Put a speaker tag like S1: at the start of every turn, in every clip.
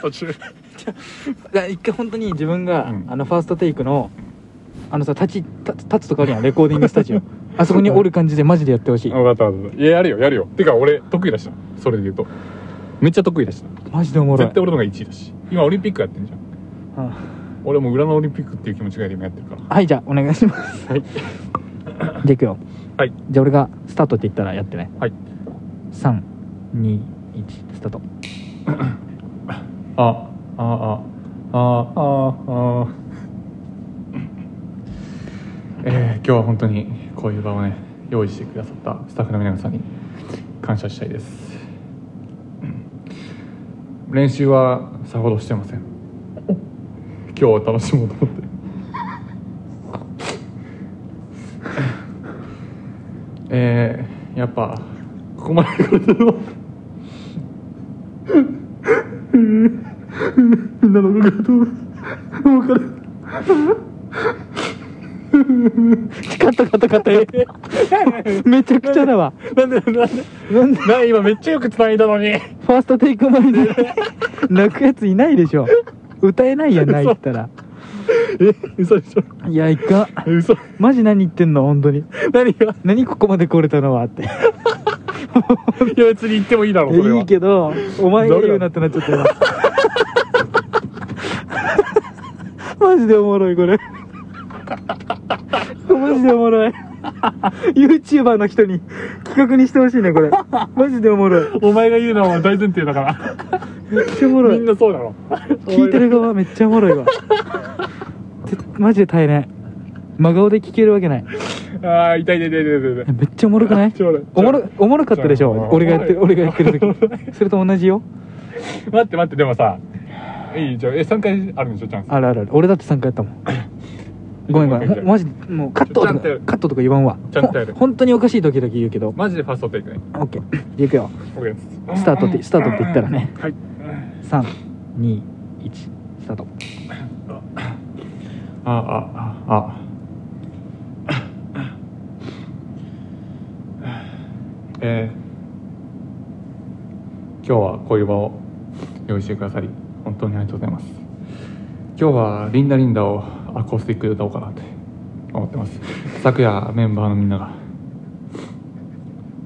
S1: 途中
S2: だ一回本当に自分が、
S1: うん
S2: あのファーストテイクのあのさ立ち立立つとかあるやんレコーディングスタ ジオあそこにおる感じでマジでやってほしい
S1: 分かった分かったいややるよやるよてか俺得意だしなそれで言うとめっちゃ得意だしな
S2: マジでおもろい
S1: 絶対俺の方が1位だし今オリンピックやってんじゃん
S2: うん
S1: 俺もう裏のオリンピックっていう気持ちが今やってるから
S2: はいじゃあお願いします
S1: はい
S2: じゃあいくよ
S1: はい
S2: じゃあ俺がスタートって言ったらやってね
S1: はい
S2: 321スタート
S1: ああああああえー、今日は本当にこういう場をね用意してくださったスタッフの皆さんに感謝したいですうん練習はさほどしてません今日は楽しもうと思ってえー、やっぱここまで来るのみんなのこと分かる
S2: カットカットカ ットめちゃくちゃだわ
S1: なんでなんで
S2: なんで
S1: な今めっちゃよく繋いだのに
S2: ファーストテイク前で泣くやついないでしょ歌えないやん泣いたら
S1: え 嘘でしょ
S2: いやいかん
S1: え嘘
S2: マジ何言ってんの本当に
S1: 何が
S2: 何ここまで来れたのはって
S1: いや別に言ってもいいだろうそれはい
S2: いけどお前が言うなってなっちゃったよ マジでおもろいこれマジでおもろい YouTuber の人に企画にしてほしいねこれマジでおもろい
S1: お前が言うのは大前提だから
S2: めっちゃおもろ
S1: み
S2: い
S1: んなそうだろ
S2: 聞いてる側めっちゃおもろい わてマジで耐えない真顔で聞けるわけない
S1: ああ痛い痛い痛い痛い痛い痛い
S2: めっちゃおもろくない
S1: ちょうだい
S2: おもろおもろかったでしょ
S1: ちょうだい
S2: 俺がやってる俺がやってる時それと同じよ
S1: 待って待ってでもさいいじゃあえ3回あるんでしょチャンス
S2: あるあるある俺だって3回やったも んごめんごめんほマジでもうカットと
S1: ちゃん
S2: か
S1: とやる
S2: カットとか言わんわ
S1: ちゃんとやる
S2: ほ本当におかしい時々言うけど
S1: マジでファーストテイクね
S2: OK じゃあいくよ
S1: OK です
S2: スタートってスタートって言ったらね
S1: はい
S2: 321スタート
S1: ああああえー今日はこういう場を用意してくださり本当にありがとうございます今日は「リンダリンダ」をアコースティックで歌おうかなって思ってます昨夜メンバーのみんなが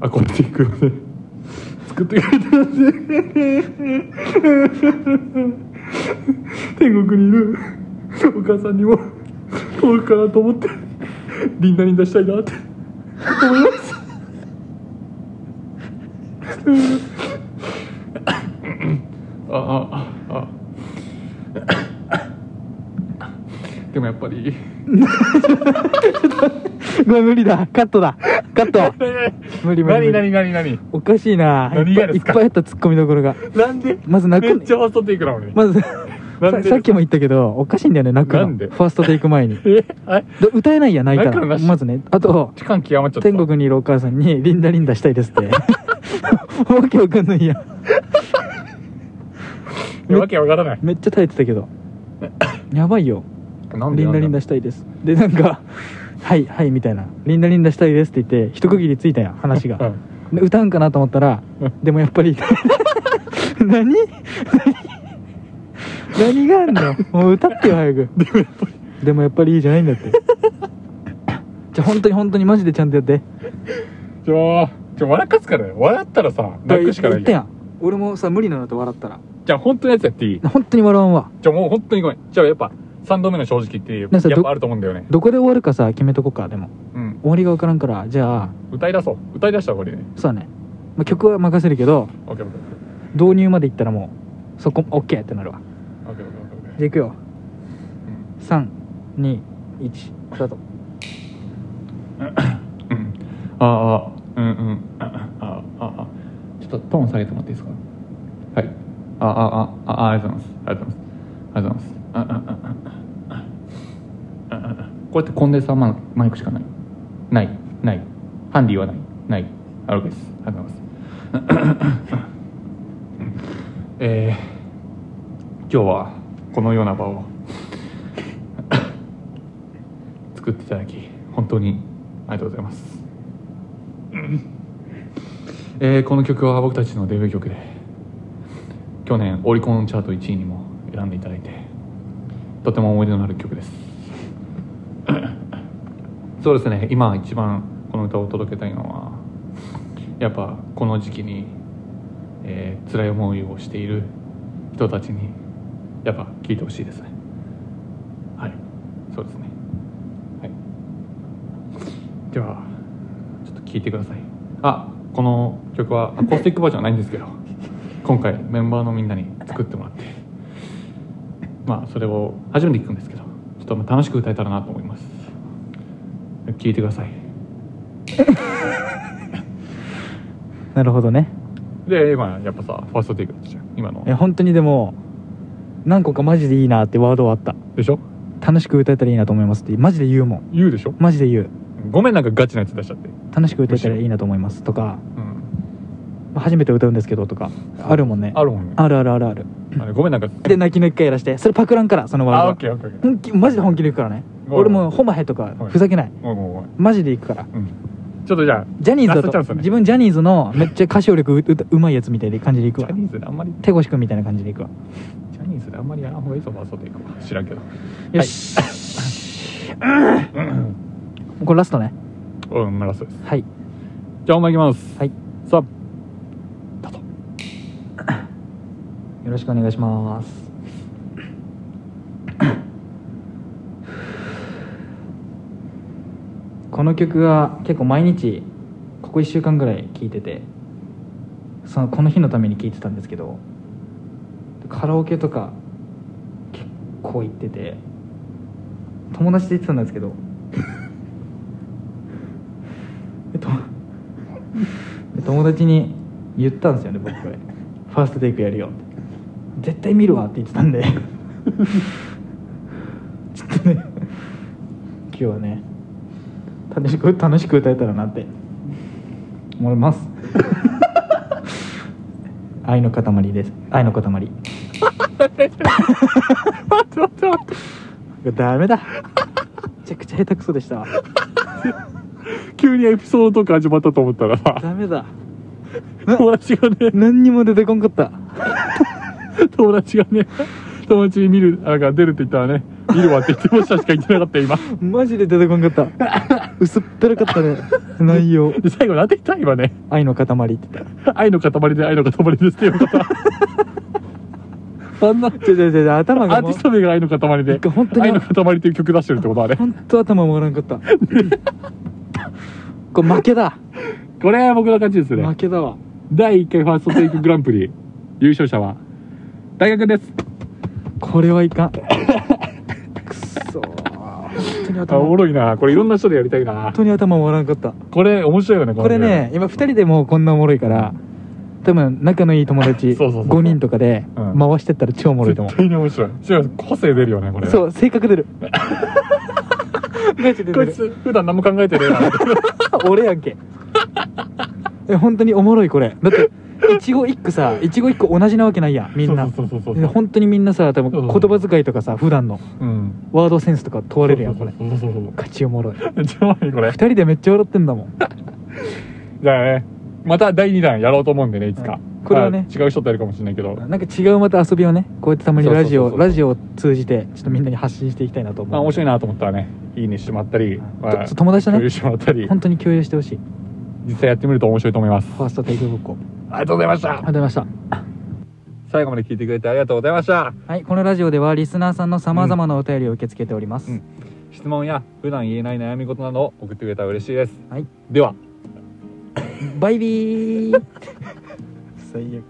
S1: アコースティックで作ってくれたんで天国にいるお母さんにも届くかなと思ってリンダリンダしたいなって思いますああああでもやっぱり
S2: ごめん無理だカットだカット無理無理無理
S1: 何何
S2: おかしいな
S1: 何がで
S2: いっ
S1: すか
S2: ぱいあったツッコミどころが
S1: なんで
S2: まず泣く
S1: めっちゃファーストテイクなのに、
S2: まず
S1: なんで
S2: ささっきも言ったけどおかしいんだよね泣くの
S1: なんで
S2: ファーストテイク 前に
S1: えあれ
S2: だ歌えないやん泣いた
S1: 泣くの
S2: ら
S1: なし
S2: まずねあと
S1: 時間極まっちゃった
S2: 天国にいるお母さんに「リンダリンダしたいで す」ってわけわかんないや
S1: い
S2: ん
S1: やわけわからない
S2: めっちゃ耐えてた けどやばいよ
S1: な
S2: 「リンダリンダしたいです」でなんか「はいはい」みたいな「リンダリンダしたいです」って言って一区切りついたやん話が
S1: うん
S2: で歌うんかなと思ったら
S1: うん
S2: でもやっ ぱり何何何があんのもう歌ってよ早くでもやっぱりいいじゃないん だってじゃあ本当に本当にマジでちゃんとやって
S1: ちょちょ笑かすからよ笑ったらさ泣くしかな
S2: 言
S1: い
S2: ったや
S1: よ
S2: ん俺もさ無理なのと笑ったら
S1: じゃあ本当のやつやっていい
S2: 本当に笑わんわ
S1: じゃあもう本当にごめんじゃあやっぱ3度目の正直っていう
S2: なんかさ
S1: やっ
S2: ど
S1: ぱあると思うんだよね
S2: どこで終わるかさ決めとこうかでも
S1: うん
S2: 終わりが分からんからじゃあ
S1: 歌い出そう歌い出したらこれね
S2: そうだね、まあ、曲は任せるけど
S1: OKOKOKOKOKOK
S2: 導入までいったらもうそこ OK ってなるわじゃあいくよ321スタート
S1: うんああうんうんああああちょっとトーン下げてもらっていいですかはいあああああありがとうございますありがとうございますありがとうございますあああああああこうやってコンデンサーマイマイクしかないないないハンディはないないあるですありがとうございますえー、今日はこのような場を作っていただき本当にありがとうございます、えーこの曲は僕たちのデビュー曲で去年オリコンチャート1位にも選んでいただいてとても思い出のある曲です そうですね今一番この歌を届けたいのはやっぱこの時期に、えー辛い思いをしている人たちにやっぱ聴いてほしいですねはいそうですねはいではちょっと聴いてくださいあこの曲は アコースティックバージョンはないんですけど今回メンバーのみんなに作ってもらってまあそれを初めて聞くんですけどちょっとまあ楽しく歌えたらなと思います聴いてください
S2: なるほどね
S1: で今やっぱさファーストテイクだったじゃん今の
S2: え本当にでも何個かマジでいいなってワードはあった
S1: でしょ
S2: 楽しく歌えたらいいなと思いますってマジで言うもん
S1: 言うでしょ
S2: マジで言う
S1: ごめんなんかガチなやつ出しちゃって
S2: 楽しく歌えたらいいなと思いますとか
S1: うん
S2: まあ初めて歌うんですけどとかあるもんね
S1: あるもんね
S2: あるあるあるある
S1: あれごめんなんか
S2: で泣きの一回やらしてそれパクらんからその
S1: あ
S2: ワ
S1: オッ
S2: ード
S1: ケー
S2: は
S1: オッケーオッケー
S2: 本気マジで本気でいくからね
S1: ごめん
S2: 俺もうホマヘとかふざけない
S1: ごめんごめんごめん
S2: マジでいくから
S1: うんちょっとじゃあ
S2: ジャニーズ
S1: ラスト
S2: だ
S1: チャン
S2: と、
S1: スね
S2: 自分ジャニーズのめっちゃ歌唱力うううまいやつみたいな感じでいく
S1: ジ
S2: わ
S1: ャニーズであんまり
S2: 手越君みたいな感じでいくわ
S1: ジャニーズであんまりやらんほうがいいぞファーストテイクは知らんけど
S2: よし、これラストね
S1: うんまあラストです
S2: はい
S1: じゃあお前いきます
S2: はい
S1: さあ
S2: よろしくお願いします。この曲は結構毎日ここ1週間ぐらい聴いててそのこの日のために聴いてたんですけどカラオケとか結構行ってて友達で行ってたんですけどえっとで友達に言ったんですよね僕これ「ファーストテイクやるよ」って「絶対見るわ」って言ってたん でちょっとね今日はね楽しく楽しく歌えたらなって思います 愛の塊です愛の塊ダメだめちゃくちゃ下手くそでしたわ
S1: 急にエピソードとか始まったと思ったらさ
S2: ダメだ
S1: 友達がね
S2: 何にも出てこんかった
S1: 友達がね友達に見るなんか出るって言ったらね見るわって言ってましたしか言ってなかったよ今
S2: マジで出てこんか った薄っぺらかった ね内容
S1: で最後なんて言った今ね
S2: 愛の塊って言っ
S1: 愛の塊で愛の塊ですって言うことは
S2: たあんな違う違う違う頭
S1: ア
S2: が
S1: ー
S2: も
S1: テ
S2: う
S1: ィスト名が愛の塊で
S2: 一回本当に
S1: 愛の塊っていう曲出してるってことはね
S2: 本当頭回らん かったこれ負けだ
S1: これは僕の勝ちです
S2: 負
S1: ね
S2: けだわ
S1: 第1回ファーストテイクグランプリ優勝者は大学です
S2: これはいかんくそ本当に
S1: あおも
S2: 頭
S1: ろいなこれいろんな人でやりたいな
S2: 本当に頭回らんかった
S1: これ面白いよね
S2: これね今2人でもうこんなおもろいから多分仲のいい友達
S1: そうそうそう
S2: 5人とかで
S1: うん
S2: 回してったら超おもろいと思う
S1: 絶対に面白い違う個性出るよねこれ
S2: そう性格 出るガチで
S1: こ
S2: 出
S1: い
S2: る
S1: つ普段何も考えてねえな
S2: 俺やんけえ本当におもろいこれだっていちご一個 さいちご一個同じなわけないやん みんな
S1: そうそうそうそう
S2: で本当にみんなさ多分
S1: そう
S2: 言
S1: そうそう
S2: 葉遣いとかさ普段の
S1: うん
S2: ワードセンスとか問われるやんこれ
S1: そうそうそうそう
S2: ガチおもろい
S1: めっちゃうまいこれ
S2: 二人でめっちゃ笑ってんだもん
S1: じゃあねまた第2弾やろうと思うんでねいつ
S2: は
S1: か
S2: いこれはね
S1: あ違う人とやるかもしれないけど
S2: なんか違うまた遊びをねこうやってたまにラジ
S1: そう
S2: オ
S1: そうそうそう
S2: ラジオを通じてちょっとみんなに発信していきたいなと思う
S1: まあ面白い
S2: な
S1: なと思ったらねいいねしてもらったり、まあ、
S2: 友達と
S1: 共有
S2: ね
S1: してもらったり
S2: 本当に共有してほしい
S1: 実際やってみると面白いと思います
S2: ファーストテイクごっこ
S1: ありがとうございまし
S2: あり
S1: た
S2: がとうございました
S1: 最後まで聞いてくれてありがとうございました
S2: はい、このラジオではリスナーさんのさまざまなお便りを受け付けております、
S1: うん質問や普段言えない悩み事などを送ってくれたら嬉しいです、
S2: はい、
S1: では
S2: バイビー最悪